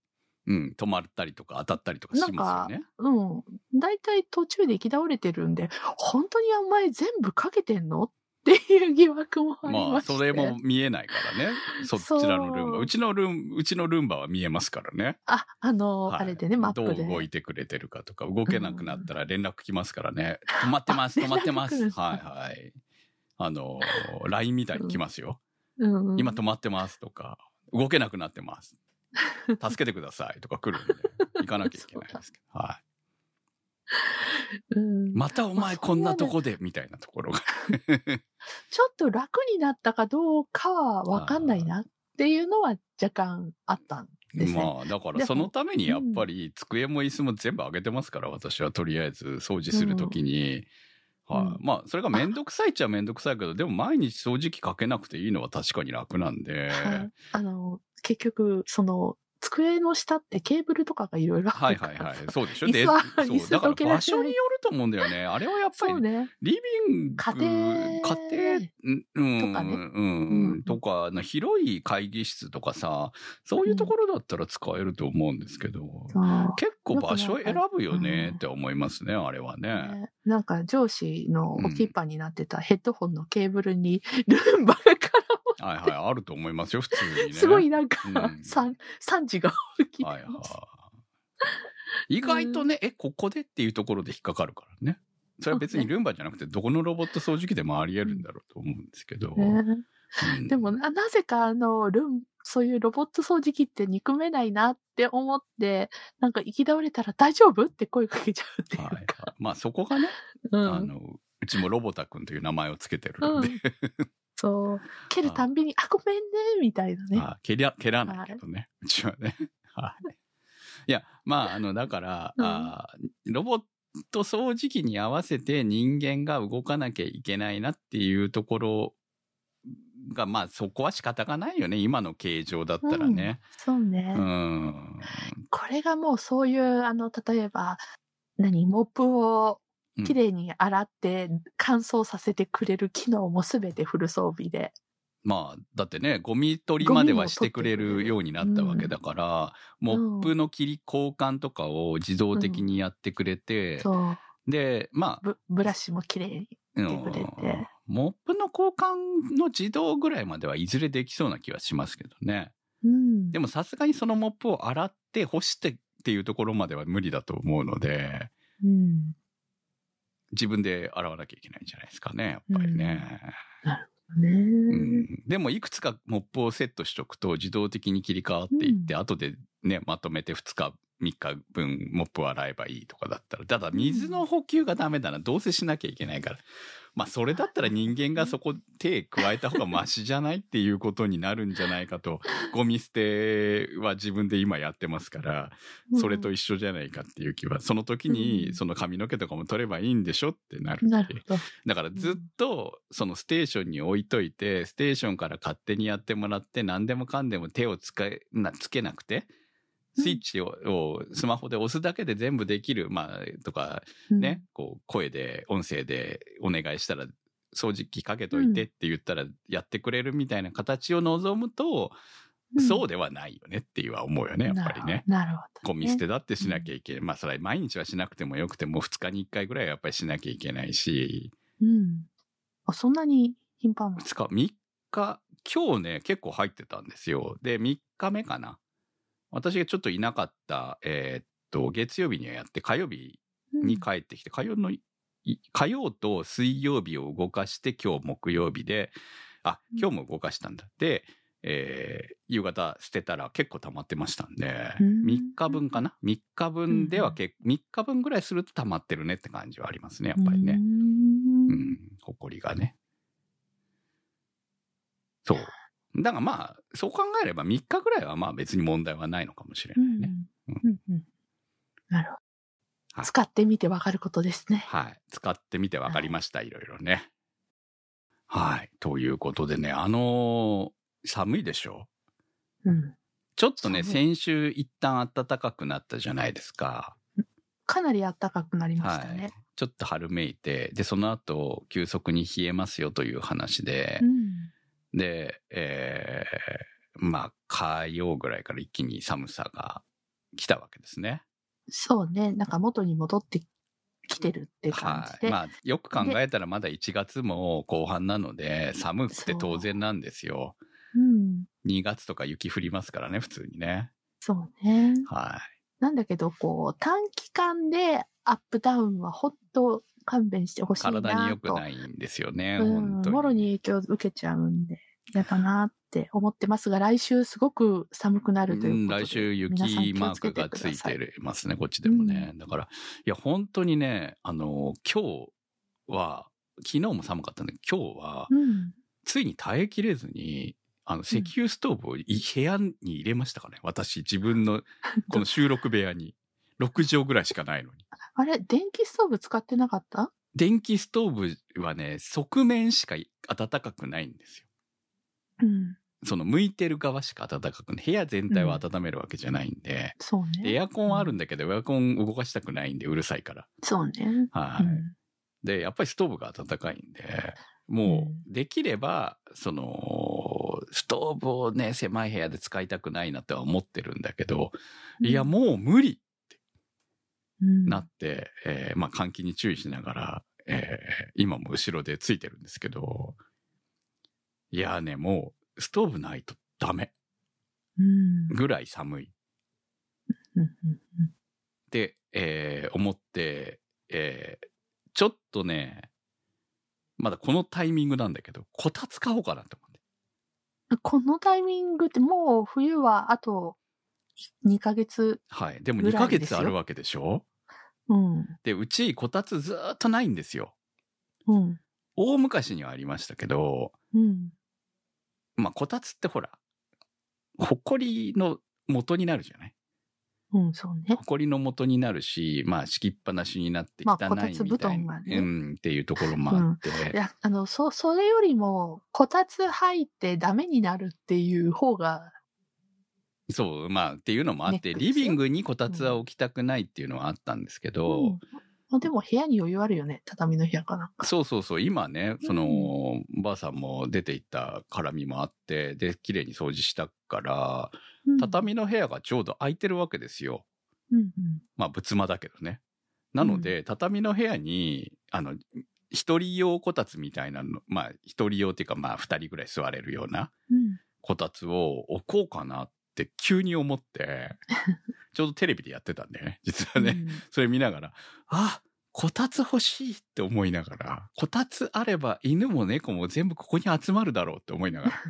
[SPEAKER 2] うん。止まったりとか当たったりとかしますよね。
[SPEAKER 1] うん、大体途中で行き倒れてるんで、本当にあんまり全部かけてんのっていう疑惑もありまして。
[SPEAKER 2] まあ、それも見えないからね。そちらのルンバ。
[SPEAKER 1] そう
[SPEAKER 2] うちのルン、うちのルンバは見えますからね。
[SPEAKER 1] あ、あの、
[SPEAKER 2] はい
[SPEAKER 1] あれでね、マップで。
[SPEAKER 2] どう動いてくれてるかとか、動けなくなったら連絡来ますからね。止まってます、
[SPEAKER 1] あ
[SPEAKER 2] 止まって
[SPEAKER 1] [laughs]
[SPEAKER 2] ま
[SPEAKER 1] 連
[SPEAKER 2] す。
[SPEAKER 1] 絡来る
[SPEAKER 2] はいはい。あの、LINE みたいに来ますよ。
[SPEAKER 1] うんうん
[SPEAKER 2] 今止まってますとか、動けなくなっ
[SPEAKER 1] [laughs]
[SPEAKER 2] てます。助けてくださいとか来るんで、行かなきゃいけないですけど。はい。
[SPEAKER 1] [laughs] うん
[SPEAKER 2] またお
[SPEAKER 1] まあ
[SPEAKER 2] 前
[SPEAKER 1] そこ
[SPEAKER 2] こん
[SPEAKER 1] ま
[SPEAKER 2] な
[SPEAKER 1] で
[SPEAKER 2] とこで、みたいなところが。
[SPEAKER 1] ちょっと楽になったかどうかは分かんないなっていうのは若干あったんですね。
[SPEAKER 2] まあ、だ
[SPEAKER 1] で
[SPEAKER 2] から
[SPEAKER 1] も
[SPEAKER 2] そのためにやっぱり机も椅子も全部上げてますから、私はとりあえず掃除するときに。
[SPEAKER 1] うん
[SPEAKER 2] はい、
[SPEAKER 1] うん
[SPEAKER 2] まあ、それがめんどくさいっちゃめんどくさいけど、でも毎日掃除機かけなくていいのは確かに楽なんで。
[SPEAKER 1] はいあの結局その机の下ってケーブルとかがいろいろあ
[SPEAKER 2] はい
[SPEAKER 1] るか
[SPEAKER 2] は
[SPEAKER 1] ら
[SPEAKER 2] いはい
[SPEAKER 1] さ。
[SPEAKER 2] そうでしょ
[SPEAKER 1] 椅
[SPEAKER 2] で
[SPEAKER 1] 子は
[SPEAKER 2] そ
[SPEAKER 1] 椅子
[SPEAKER 2] う。だか
[SPEAKER 1] どけ
[SPEAKER 2] ら
[SPEAKER 1] られない
[SPEAKER 2] 場所によると思うんだよね。あれはやっ
[SPEAKER 1] [laughs]
[SPEAKER 2] ぱ
[SPEAKER 1] そ
[SPEAKER 2] り
[SPEAKER 1] うね。
[SPEAKER 2] リビング、
[SPEAKER 1] 家庭
[SPEAKER 2] 家庭、うん、
[SPEAKER 1] とかね
[SPEAKER 2] うん、
[SPEAKER 1] うん
[SPEAKER 2] とかの広い会議室とかさ、そういうところだったら使えると思うんですけど、
[SPEAKER 1] そう
[SPEAKER 2] 結構場所選ぶよ
[SPEAKER 1] う
[SPEAKER 2] ね
[SPEAKER 1] ん
[SPEAKER 2] って思いますね、あれはね。
[SPEAKER 1] ねなんか上司の置きっぱになってたヘッドホンのケーブルにルンバが絡
[SPEAKER 2] はいはい、あると思いますよ、普通に
[SPEAKER 1] む、
[SPEAKER 2] ね。
[SPEAKER 1] [laughs] すごいなんか、
[SPEAKER 2] うん
[SPEAKER 1] 産産地が大きい。
[SPEAKER 2] はいはい。意外とね、え、ここでっていうところで引っかかるからね。それは別にルンバじゃなくて、どこのロボット掃除機でもあり得るんだろうと思うんですけど。
[SPEAKER 1] ね
[SPEAKER 2] うん
[SPEAKER 1] でもな、なぜかあの、ルン、そういうロボット掃除機って憎めないなって思って、なんか行き倒れたら大丈夫って声かけちゃうっていう
[SPEAKER 2] はいはい
[SPEAKER 1] か。
[SPEAKER 2] まあそこがね、あ
[SPEAKER 1] うん。
[SPEAKER 2] の、うちもロボタ君という名前をつけてる
[SPEAKER 1] う
[SPEAKER 2] ので、
[SPEAKER 1] ん、そう。蹴るたんびに、あ、ごめんね、みたいなね。
[SPEAKER 2] あ蹴りゃ蹴らないけどね、うちはね。 [laughs] はい。いや、まあ、あの、だから、
[SPEAKER 1] うん
[SPEAKER 2] あロボット掃除機に合わせて人間が動かなきゃいけないなっていうところが、まあそこは仕方がないよね、今の形状だったらね。
[SPEAKER 1] そうね
[SPEAKER 2] う、ん。
[SPEAKER 1] これがもうそういう、あの、例えば、何、モップをきれいに洗って乾燥させてくれる機能もすべてフル装備で。
[SPEAKER 2] まあ、だってね、ゴミ取りまではしてくれるようになったわけだから、
[SPEAKER 1] うん
[SPEAKER 2] モップの切り交換とかを自動的にやってくれて、
[SPEAKER 1] そう。
[SPEAKER 2] で、まあ、
[SPEAKER 1] ブブラシもきれいに。
[SPEAKER 2] うん
[SPEAKER 1] てくれて
[SPEAKER 2] モップの交換の自動ぐらいまではいずれできそうな気はしますけどね。
[SPEAKER 1] うん。
[SPEAKER 2] でもさすがにそのモップを洗って干してっていうところまでは無理だと思うので、
[SPEAKER 1] うん。
[SPEAKER 2] 自分で洗わなきゃいけないんじゃないですかね、やっぱりね。
[SPEAKER 1] ね
[SPEAKER 2] うんでもいくつかモップをセットしとくと自動的に切り替わっていって、
[SPEAKER 1] う
[SPEAKER 2] 後でねまとめて2日3日分モップを洗えばいいとかだったらただ水の補給がダメだなどうせしなきゃいけないからまあそれだったら人間がそこ手加えた方がマシじゃないっていうことになるんじゃないか
[SPEAKER 1] [laughs]
[SPEAKER 2] とゴミ捨ては自分で今やってますからそれと
[SPEAKER 1] うん
[SPEAKER 2] 一緒じゃないかっていう気はその時
[SPEAKER 1] う
[SPEAKER 2] に
[SPEAKER 1] ん
[SPEAKER 2] その髪の毛とかも取ればいいんでしょってなる
[SPEAKER 1] な
[SPEAKER 2] っていう
[SPEAKER 1] るほど。
[SPEAKER 2] だからずっとそのステーションに置いといて、ステーションから勝手にやってもらって何でもかんでも手をつけなつけなくて
[SPEAKER 1] うん
[SPEAKER 2] スイッチを,、をスマホで押すだけで全部できる、まあ、とか
[SPEAKER 1] うん
[SPEAKER 2] ね、こう声で音声でお願いしたら掃除機かけといてって言ったらやってくれるみたいな形を望むと、そうではないよねっていうは思うよねやっぱりね。
[SPEAKER 1] なるほど。
[SPEAKER 2] ゴミ捨てだってしなきゃいけない。まあそれは毎日はしなくてもよくても2日に1回ぐらいはやっぱりしなきゃいけないし、
[SPEAKER 1] うん。あ、そんなに頻繁な
[SPEAKER 2] 2日、3日、今日ね、結構入ってたんですよ。で、3日目かな。私がちょっといなかった、えーっと、月曜日にはやって、火曜日に帰ってきて、火曜のい、火曜と水曜日を動かして、今日木曜日で、あ、今日も動かしたんだ。で、えー夕方捨てたら結構溜まってましたんで、
[SPEAKER 1] うん
[SPEAKER 2] 3日分かな ?3 日分では結、3日分ぐらいすると溜まってるねって感じはありますね、やっぱりね。
[SPEAKER 1] う
[SPEAKER 2] うんん、埃がね。そう。だからまあ、そう考えれば3日ぐらいはまあ別に問題はないのかもしれ
[SPEAKER 1] う
[SPEAKER 2] ない
[SPEAKER 1] ん
[SPEAKER 2] ね。
[SPEAKER 1] うんうんなるほ
[SPEAKER 2] は
[SPEAKER 1] ど。
[SPEAKER 2] い
[SPEAKER 1] 使ってみてわかることですね。
[SPEAKER 2] はい。使ってみて分かりました、いろいろね。はい。ということでね、あのー寒いでしょ
[SPEAKER 1] うん。
[SPEAKER 2] ちょっとね、
[SPEAKER 1] そう
[SPEAKER 2] 先週一旦暖かくなったじゃないですか。
[SPEAKER 1] かなり暖かくなりまし
[SPEAKER 2] は
[SPEAKER 1] たね
[SPEAKER 2] い。。ちょっと春めいて、で、その後、急速に冷えますよという話で
[SPEAKER 1] う、ん。
[SPEAKER 2] で、えーまあ、火曜ぐらいから一気に寒さが来たわけですね。
[SPEAKER 1] そうね。なんか元に戻ってきてるって感
[SPEAKER 2] は
[SPEAKER 1] じで。
[SPEAKER 2] い。まあ、よく考えたらまだ1月も後半なので、寒くて当然なんですよ。
[SPEAKER 1] うん。
[SPEAKER 2] 2月とか雪降りますからね、普通にね。
[SPEAKER 1] そうね。
[SPEAKER 2] は
[SPEAKER 1] なんだけど、こう、短期間でアップダウンは本当勘弁してほ
[SPEAKER 2] い。
[SPEAKER 1] しいなと。
[SPEAKER 2] 体に良くないんですよね、
[SPEAKER 1] うん
[SPEAKER 2] 本当に。
[SPEAKER 1] もろに影響受けちゃうんで、嫌だなって思ってますが、来週すごく寒くなると
[SPEAKER 2] う
[SPEAKER 1] い
[SPEAKER 2] ん
[SPEAKER 1] うことで。
[SPEAKER 2] 来週雪
[SPEAKER 1] 皆さん気
[SPEAKER 2] マ
[SPEAKER 1] を
[SPEAKER 2] ー
[SPEAKER 1] つけ
[SPEAKER 2] クが
[SPEAKER 1] くだ
[SPEAKER 2] つ
[SPEAKER 1] さ
[SPEAKER 2] いてますね、こっちでもね。だから、いや、本当にね、あの、今日は、昨日も寒かったんで、今日は、
[SPEAKER 1] うん。
[SPEAKER 2] ついに耐えきれずに、あの、石油ストーブをい部屋に入れましたかね。私、自分
[SPEAKER 1] [laughs]
[SPEAKER 2] の、この収録部屋に。6畳ぐらいしかないのに。
[SPEAKER 1] あれ、電気ストーブ使ってなかった
[SPEAKER 2] 電気ストーブはね、側面しか暖かくないんですよ。
[SPEAKER 1] うん。
[SPEAKER 2] その、向いてる側しか暖かくない。部屋全体を温めるわけじゃないんで。
[SPEAKER 1] そう
[SPEAKER 2] でエ
[SPEAKER 1] ね。
[SPEAKER 2] アコンはあるんだけど、エアコン動かしたくないんで、うるさいから。
[SPEAKER 1] そうね。
[SPEAKER 2] はい。
[SPEAKER 1] うん
[SPEAKER 2] で、やっぱりストーブが暖かいんで、もう、できれば、その、ストーブをね、狭い部屋で使いたくないなとは思ってるんだけど、いや、もう無理
[SPEAKER 1] うん、
[SPEAKER 2] なって、えーまあ、換気に注意しながら、えー今も後ろでついてるんですけど、いやね、もう、ストーブないとダメ
[SPEAKER 1] うん。
[SPEAKER 2] ぐらい寒い。
[SPEAKER 1] うんうんうん
[SPEAKER 2] って、えー思って、えーちょっとね、まだこのタイミングなんだけど、こたつ買おうかなと思って。
[SPEAKER 1] このタイミングってもう冬はあと2ヶ月。
[SPEAKER 2] はい。でも
[SPEAKER 1] ぐ
[SPEAKER 2] 2
[SPEAKER 1] ら
[SPEAKER 2] ヶ
[SPEAKER 1] いです
[SPEAKER 2] 月
[SPEAKER 1] よ
[SPEAKER 2] あるわけでしょ
[SPEAKER 1] うん。
[SPEAKER 2] で、うちこたつずーっとないんですよ。
[SPEAKER 1] うん。
[SPEAKER 2] 大昔にはありましたけど、
[SPEAKER 1] うん。
[SPEAKER 2] まあ、こたつってほら、ほこりの元になるじゃない
[SPEAKER 1] うん、そうね
[SPEAKER 2] ほ。こりの元になるし、まあ、敷きっぱなしになって汚
[SPEAKER 1] まあこた
[SPEAKER 2] い
[SPEAKER 1] つ
[SPEAKER 2] み
[SPEAKER 1] 布
[SPEAKER 2] たい
[SPEAKER 1] 団
[SPEAKER 2] な、
[SPEAKER 1] がね
[SPEAKER 2] うん、っていうところもあって、
[SPEAKER 1] いや、あの、そ、それよりも、こたつ入ってダメになるっていう方が、
[SPEAKER 2] そう、まあ、っていうのもあって、
[SPEAKER 1] ネック
[SPEAKER 2] リ
[SPEAKER 1] ですよ
[SPEAKER 2] ビングにこたつは置きたくないっていうのはあったんですけど、
[SPEAKER 1] うんあでも部屋に余裕あるよね。畳の部屋かなんか。
[SPEAKER 2] そうそうそう、今ね、その、ばあさんも出て行った絡みもあって、で、綺麗に掃除したから、
[SPEAKER 1] うん、
[SPEAKER 2] 畳の部屋がちょうど空いてるわけですよ。
[SPEAKER 1] うんうん。
[SPEAKER 2] まあ、仏間だけどね。なので、畳の部屋に、あの、一人用こたつみたいなの、まあ、一人用っていうか、まあ、二人ぐらい座れるような
[SPEAKER 1] うん。
[SPEAKER 2] こたつを置こうかなって急に
[SPEAKER 1] [laughs]
[SPEAKER 2] 思って、ちょうどテレビでやってたんだよね、実はね。
[SPEAKER 1] うん
[SPEAKER 2] それ見ながら、あこたつ欲しいって思いながら、こたつあれば犬も猫も全部ここに集まるだろうって思いながら。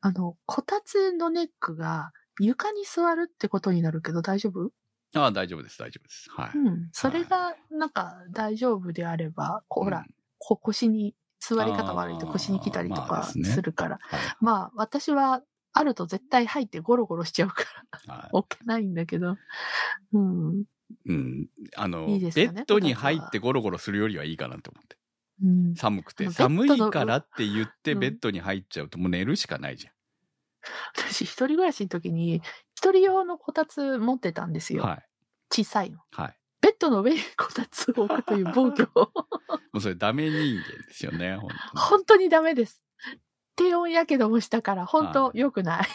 [SPEAKER 1] あの、こたつのネックが床に座るってことになるけど大丈夫 [laughs]
[SPEAKER 2] ああ、大丈夫です、大丈夫です。は
[SPEAKER 1] う
[SPEAKER 2] い。
[SPEAKER 1] ん。それが、なんか大丈夫であれば、こうほ
[SPEAKER 2] う
[SPEAKER 1] ら
[SPEAKER 2] ん、
[SPEAKER 1] こ腰に、座り方悪いと腰に来たりと
[SPEAKER 2] あーまあ
[SPEAKER 1] か
[SPEAKER 2] ですね
[SPEAKER 1] するから。
[SPEAKER 2] はい
[SPEAKER 1] まあ、私は、あると絶対入ってゴロゴロしちゃうから、
[SPEAKER 2] は [laughs]
[SPEAKER 1] 置けないんだけど。うん。
[SPEAKER 2] い。うん。あの、
[SPEAKER 1] いい
[SPEAKER 2] ベ
[SPEAKER 1] ですよね
[SPEAKER 2] ッドに
[SPEAKER 1] こたつは
[SPEAKER 2] 入ってゴロゴロするよりはいいかなと思って。
[SPEAKER 1] うん、
[SPEAKER 2] 寒く
[SPEAKER 1] あ
[SPEAKER 2] て。
[SPEAKER 1] のベッド
[SPEAKER 2] 寒
[SPEAKER 1] の
[SPEAKER 2] いからって言って
[SPEAKER 1] うん
[SPEAKER 2] ベッドに入っちゃうともう寝るしかないじ
[SPEAKER 1] 私、一人暮らしの時に、一人用のこたつ持ってたんです
[SPEAKER 2] ゃん。
[SPEAKER 1] よ。
[SPEAKER 2] はい。
[SPEAKER 1] 小さいの。
[SPEAKER 2] はい。
[SPEAKER 1] ベッドの上にこたつを置くという暴挙
[SPEAKER 2] [laughs]
[SPEAKER 1] を、
[SPEAKER 2] もうそれダメ人間です
[SPEAKER 1] [laughs]
[SPEAKER 2] よね、本当に
[SPEAKER 1] 本当にダメです。低温やけどもしたから、本当
[SPEAKER 2] はい
[SPEAKER 1] 良くない。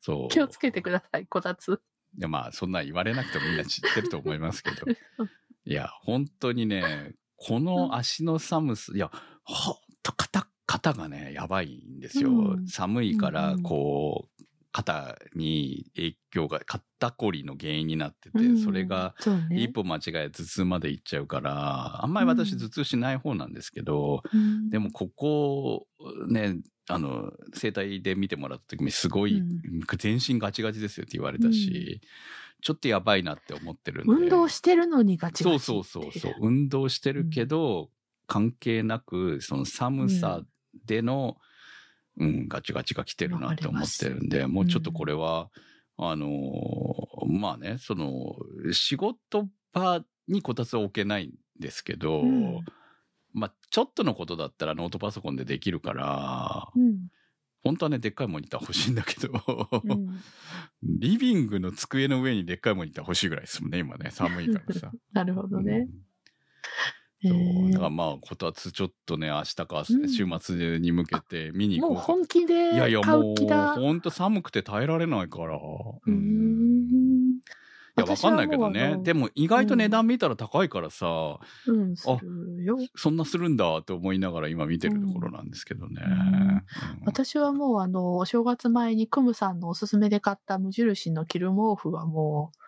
[SPEAKER 2] そう。
[SPEAKER 1] 気をつけてください、こたつ。
[SPEAKER 2] いやまあそんなん言われなくてもみんな知ってると思います
[SPEAKER 1] [laughs]
[SPEAKER 2] けど
[SPEAKER 1] うん
[SPEAKER 2] いや本当にねこの足の寒さいやほんと肩肩がねやばいんですよ、
[SPEAKER 1] うん
[SPEAKER 2] 寒いか
[SPEAKER 1] うん
[SPEAKER 2] ら
[SPEAKER 1] うん
[SPEAKER 2] こう肩に影響が肩こりの原因になってて、
[SPEAKER 1] うん
[SPEAKER 2] それが、
[SPEAKER 1] そうね
[SPEAKER 2] 一歩間違え頭痛までいっちゃうからあんまり私頭痛しない方なんですけど、
[SPEAKER 1] うん
[SPEAKER 2] でもここねあの整体で見てもらった時にすごい、
[SPEAKER 1] うん
[SPEAKER 2] 全身ガチガチですよって言われたし、ちょっとやばいなって思ってるんで
[SPEAKER 1] 運動してるのにガチガチ
[SPEAKER 2] そう
[SPEAKER 1] ってい
[SPEAKER 2] そうそう
[SPEAKER 1] [laughs]
[SPEAKER 2] そう運動してるけど、関係なくその寒さでの、うんガチガチが来てるなって思ってるんでもうちょっとこれは、あのーまあねその仕事場にこたつは置けないんですけど、
[SPEAKER 1] うん
[SPEAKER 2] まあ、ちょっとのことだったらノートパソコンでできるから、
[SPEAKER 1] うん
[SPEAKER 2] 本当はね、でっかいモニター欲しいんだけど、
[SPEAKER 1] うん
[SPEAKER 2] [laughs] リビングの机の上にでっかいモニター欲しいぐらいですもんね、今ね、寒いからさ。
[SPEAKER 1] [laughs] [laughs] なるほどね。
[SPEAKER 2] うんそう
[SPEAKER 1] えー
[SPEAKER 2] だからまあ、こたつちょっとね、明日か
[SPEAKER 1] うん
[SPEAKER 2] 週末に向けて見に行
[SPEAKER 1] も
[SPEAKER 2] こ
[SPEAKER 1] う
[SPEAKER 2] うか
[SPEAKER 1] 本気で
[SPEAKER 2] いやいや、
[SPEAKER 1] 買
[SPEAKER 2] も
[SPEAKER 1] う
[SPEAKER 2] う
[SPEAKER 1] 気だ。
[SPEAKER 2] ほんと寒くて耐えられないから。
[SPEAKER 1] うー
[SPEAKER 2] い
[SPEAKER 1] ん
[SPEAKER 2] や、わかんないけ
[SPEAKER 1] 私
[SPEAKER 2] ど
[SPEAKER 1] はもう
[SPEAKER 2] ね
[SPEAKER 1] あ。の
[SPEAKER 2] でも意外と値段見たら高いからさ、
[SPEAKER 1] うん、するよ。
[SPEAKER 2] そんなするんだと思いながら今見てるところなんですけどね。うん
[SPEAKER 1] 私はもうあの、お正月前にクムさんのおすすめで買った無印の着る毛布はもう、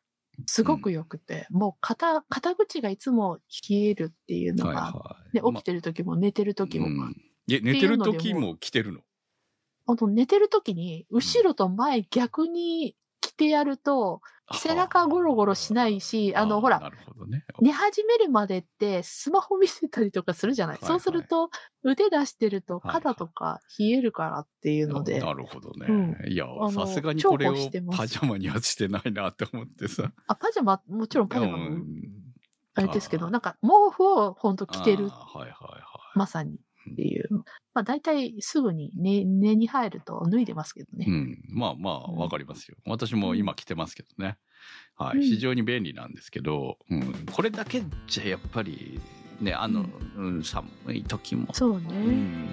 [SPEAKER 1] すごく良くて、もう肩、肩口がいつも冷えるっていうのが、
[SPEAKER 2] はいはい。
[SPEAKER 1] で、起
[SPEAKER 2] ま
[SPEAKER 1] きてる時も寝てる時も、
[SPEAKER 2] うんえ寝てる時も来てるの。
[SPEAKER 1] あの寝てる時に、後ろと前逆に着てやると、背中ゴロゴロしないし、あの、ほら、
[SPEAKER 2] なるほどね。
[SPEAKER 1] 寝始めるまでってスマホ見せたりとかするじゃない、
[SPEAKER 2] はいはい
[SPEAKER 1] そうすると腕出してると
[SPEAKER 2] はいはい
[SPEAKER 1] 肩とか冷えるからっていうので、
[SPEAKER 2] なるほどね。
[SPEAKER 1] う
[SPEAKER 2] いや
[SPEAKER 1] の、
[SPEAKER 2] さすがにこれを
[SPEAKER 1] 重宝してます
[SPEAKER 2] パジャマにはしてないなと思ってさ。
[SPEAKER 1] あパジャマもちろんパジャマ
[SPEAKER 2] う
[SPEAKER 1] も
[SPEAKER 2] ん
[SPEAKER 1] あれですけど、
[SPEAKER 2] あー
[SPEAKER 1] なんか毛布をほんと着てる
[SPEAKER 2] あーはいはいはい。
[SPEAKER 1] まさにっていう、まあ、大体すぐに寝寝に入ると脱いでますけどね、
[SPEAKER 2] うん、まあまあ、
[SPEAKER 1] うん
[SPEAKER 2] わかりますよ。私も今着てますけどね。は
[SPEAKER 1] うん
[SPEAKER 2] い。非常に便利なんですけど、うん、これだけじゃやっぱり、ね、あの、うん、寒い時も、
[SPEAKER 1] そうね、
[SPEAKER 2] うん、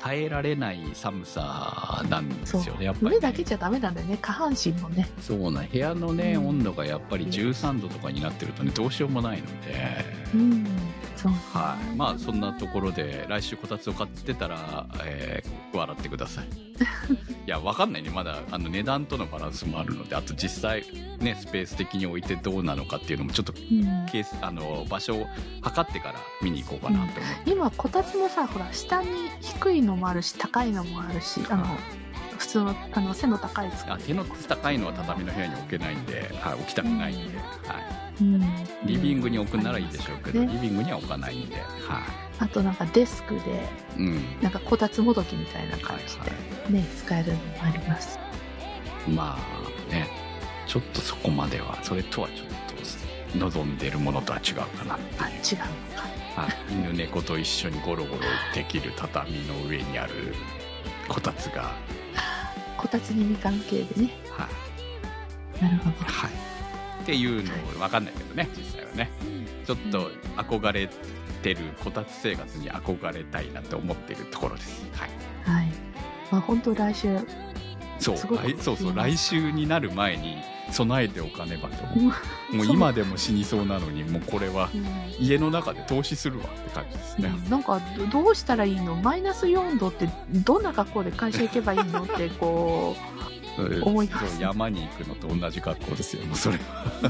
[SPEAKER 2] 耐えられない寒さなんですよ
[SPEAKER 1] そ
[SPEAKER 2] ね、やっぱり、ね。
[SPEAKER 1] 腕だけじゃダメなんだよね下半身もね
[SPEAKER 2] そうなん、部屋のね、
[SPEAKER 1] うん
[SPEAKER 2] 温度がやっぱり13度とかになってるとね、どうしようもないので、
[SPEAKER 1] うんそう
[SPEAKER 2] はい。まあ、そんなところで、来週こたつを買ってたら、えー笑ってくださ [laughs] い。いや、わかんないね。まだ、あの、値段とのバランスもあるので、あと実際、ね、スペース的に置いてどうなのかっていうのも、ちょっと、
[SPEAKER 1] うん
[SPEAKER 2] ケース、あの、場所を測ってから見に行こうかなと思って。
[SPEAKER 1] 今こたつもさほら下に低いのもあるし高いのもあるしあの普通のあの背の高いやつ
[SPEAKER 2] あ手の高いのは畳の部屋に置けないんで、はい、置きたくないんで、は
[SPEAKER 1] うん
[SPEAKER 2] い、リビングに置くならいいでしょうけど、
[SPEAKER 1] あります
[SPEAKER 2] リ
[SPEAKER 1] ね
[SPEAKER 2] ビングには置かないんで、は
[SPEAKER 1] あとなんかデスクで
[SPEAKER 2] い、うん、
[SPEAKER 1] なんかこたつもどきみたいな
[SPEAKER 2] は
[SPEAKER 1] 感
[SPEAKER 2] い
[SPEAKER 1] じ
[SPEAKER 2] は
[SPEAKER 1] で
[SPEAKER 2] い。
[SPEAKER 1] ね、使えるのもあります
[SPEAKER 2] まあねちょっとそこまではそれとはちょっと望んでるものとは違うかなって
[SPEAKER 1] あ
[SPEAKER 2] い
[SPEAKER 1] 違
[SPEAKER 2] う
[SPEAKER 1] うのか
[SPEAKER 2] あ犬猫と一緒にゴロゴロできる畳の上にあるこたつが
[SPEAKER 1] こたつにみかん系でね
[SPEAKER 2] は
[SPEAKER 1] なるほど
[SPEAKER 2] い、はい、っていうのを分かんないけどね実際はねちょっと憧れてるこたつ生活に憧れたいなと思ってるところです、はい、
[SPEAKER 1] はいまあ本当来週
[SPEAKER 2] そう
[SPEAKER 1] すごく
[SPEAKER 2] 来そうそう来週になる前に備えておかねばと思うもう
[SPEAKER 1] そう
[SPEAKER 2] 今でも死にそうなのにもうこれは
[SPEAKER 1] うん
[SPEAKER 2] 家の中で投資するわって感じですね。
[SPEAKER 1] なんかどどうしたらいいのマイナス4度ってどんな格好で会社行けばいいのってこ思います
[SPEAKER 2] そう山に行くのと同じ格好ですよ。もうそれは。
[SPEAKER 1] [laughs]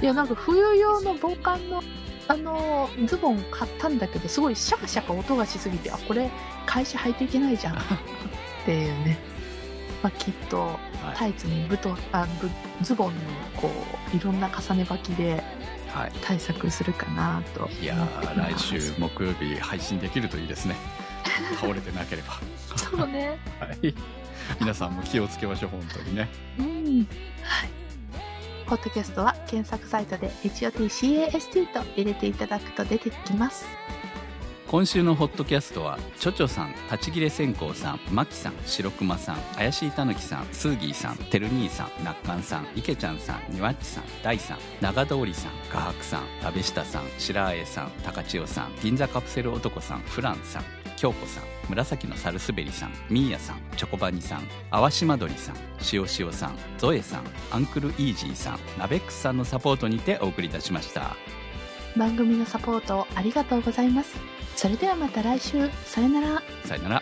[SPEAKER 1] ういやなんか冬用の防寒のあのズボン買ったんだけどすごいシャカシャカ音がしすぎてあこれ会社履いていけないじ [laughs] ゃんっていうね、まあ、きっと
[SPEAKER 2] は
[SPEAKER 1] タ
[SPEAKER 2] い。
[SPEAKER 1] イツにブトあブズボンのこういろんな重ね履きで
[SPEAKER 2] はい。
[SPEAKER 1] 対策するかなと
[SPEAKER 2] いやー来週木曜日配信できるといいですね。倒れてなければ。
[SPEAKER 1] そうね
[SPEAKER 2] はい。皆さんも気をつけましょう本当にね。
[SPEAKER 1] うんはいポッドキャストは検索サイトで HOTCAST と入れていただくと出てきます
[SPEAKER 2] 今週のホットキャストはちょちょさん立ち切れ線香さんまきさん白熊さん怪しいたぬきさんスーギーさんてる兄さんなっかんさんいけちゃんさんにわっちさん大さん長通りさん画伯さん阿部下さん白あえさん高千代さん銀座カプセル男さんフランさん京子さん紫のサルスベリさんミーヤさんチョコバニさん淡島鳥さん塩塩さんゾエさんアンクルイージーさんナベックスさんのサポートにてお送りいたしました
[SPEAKER 1] 番組のサポートをありがとうございますそれではまた来週さよなら
[SPEAKER 2] さよなら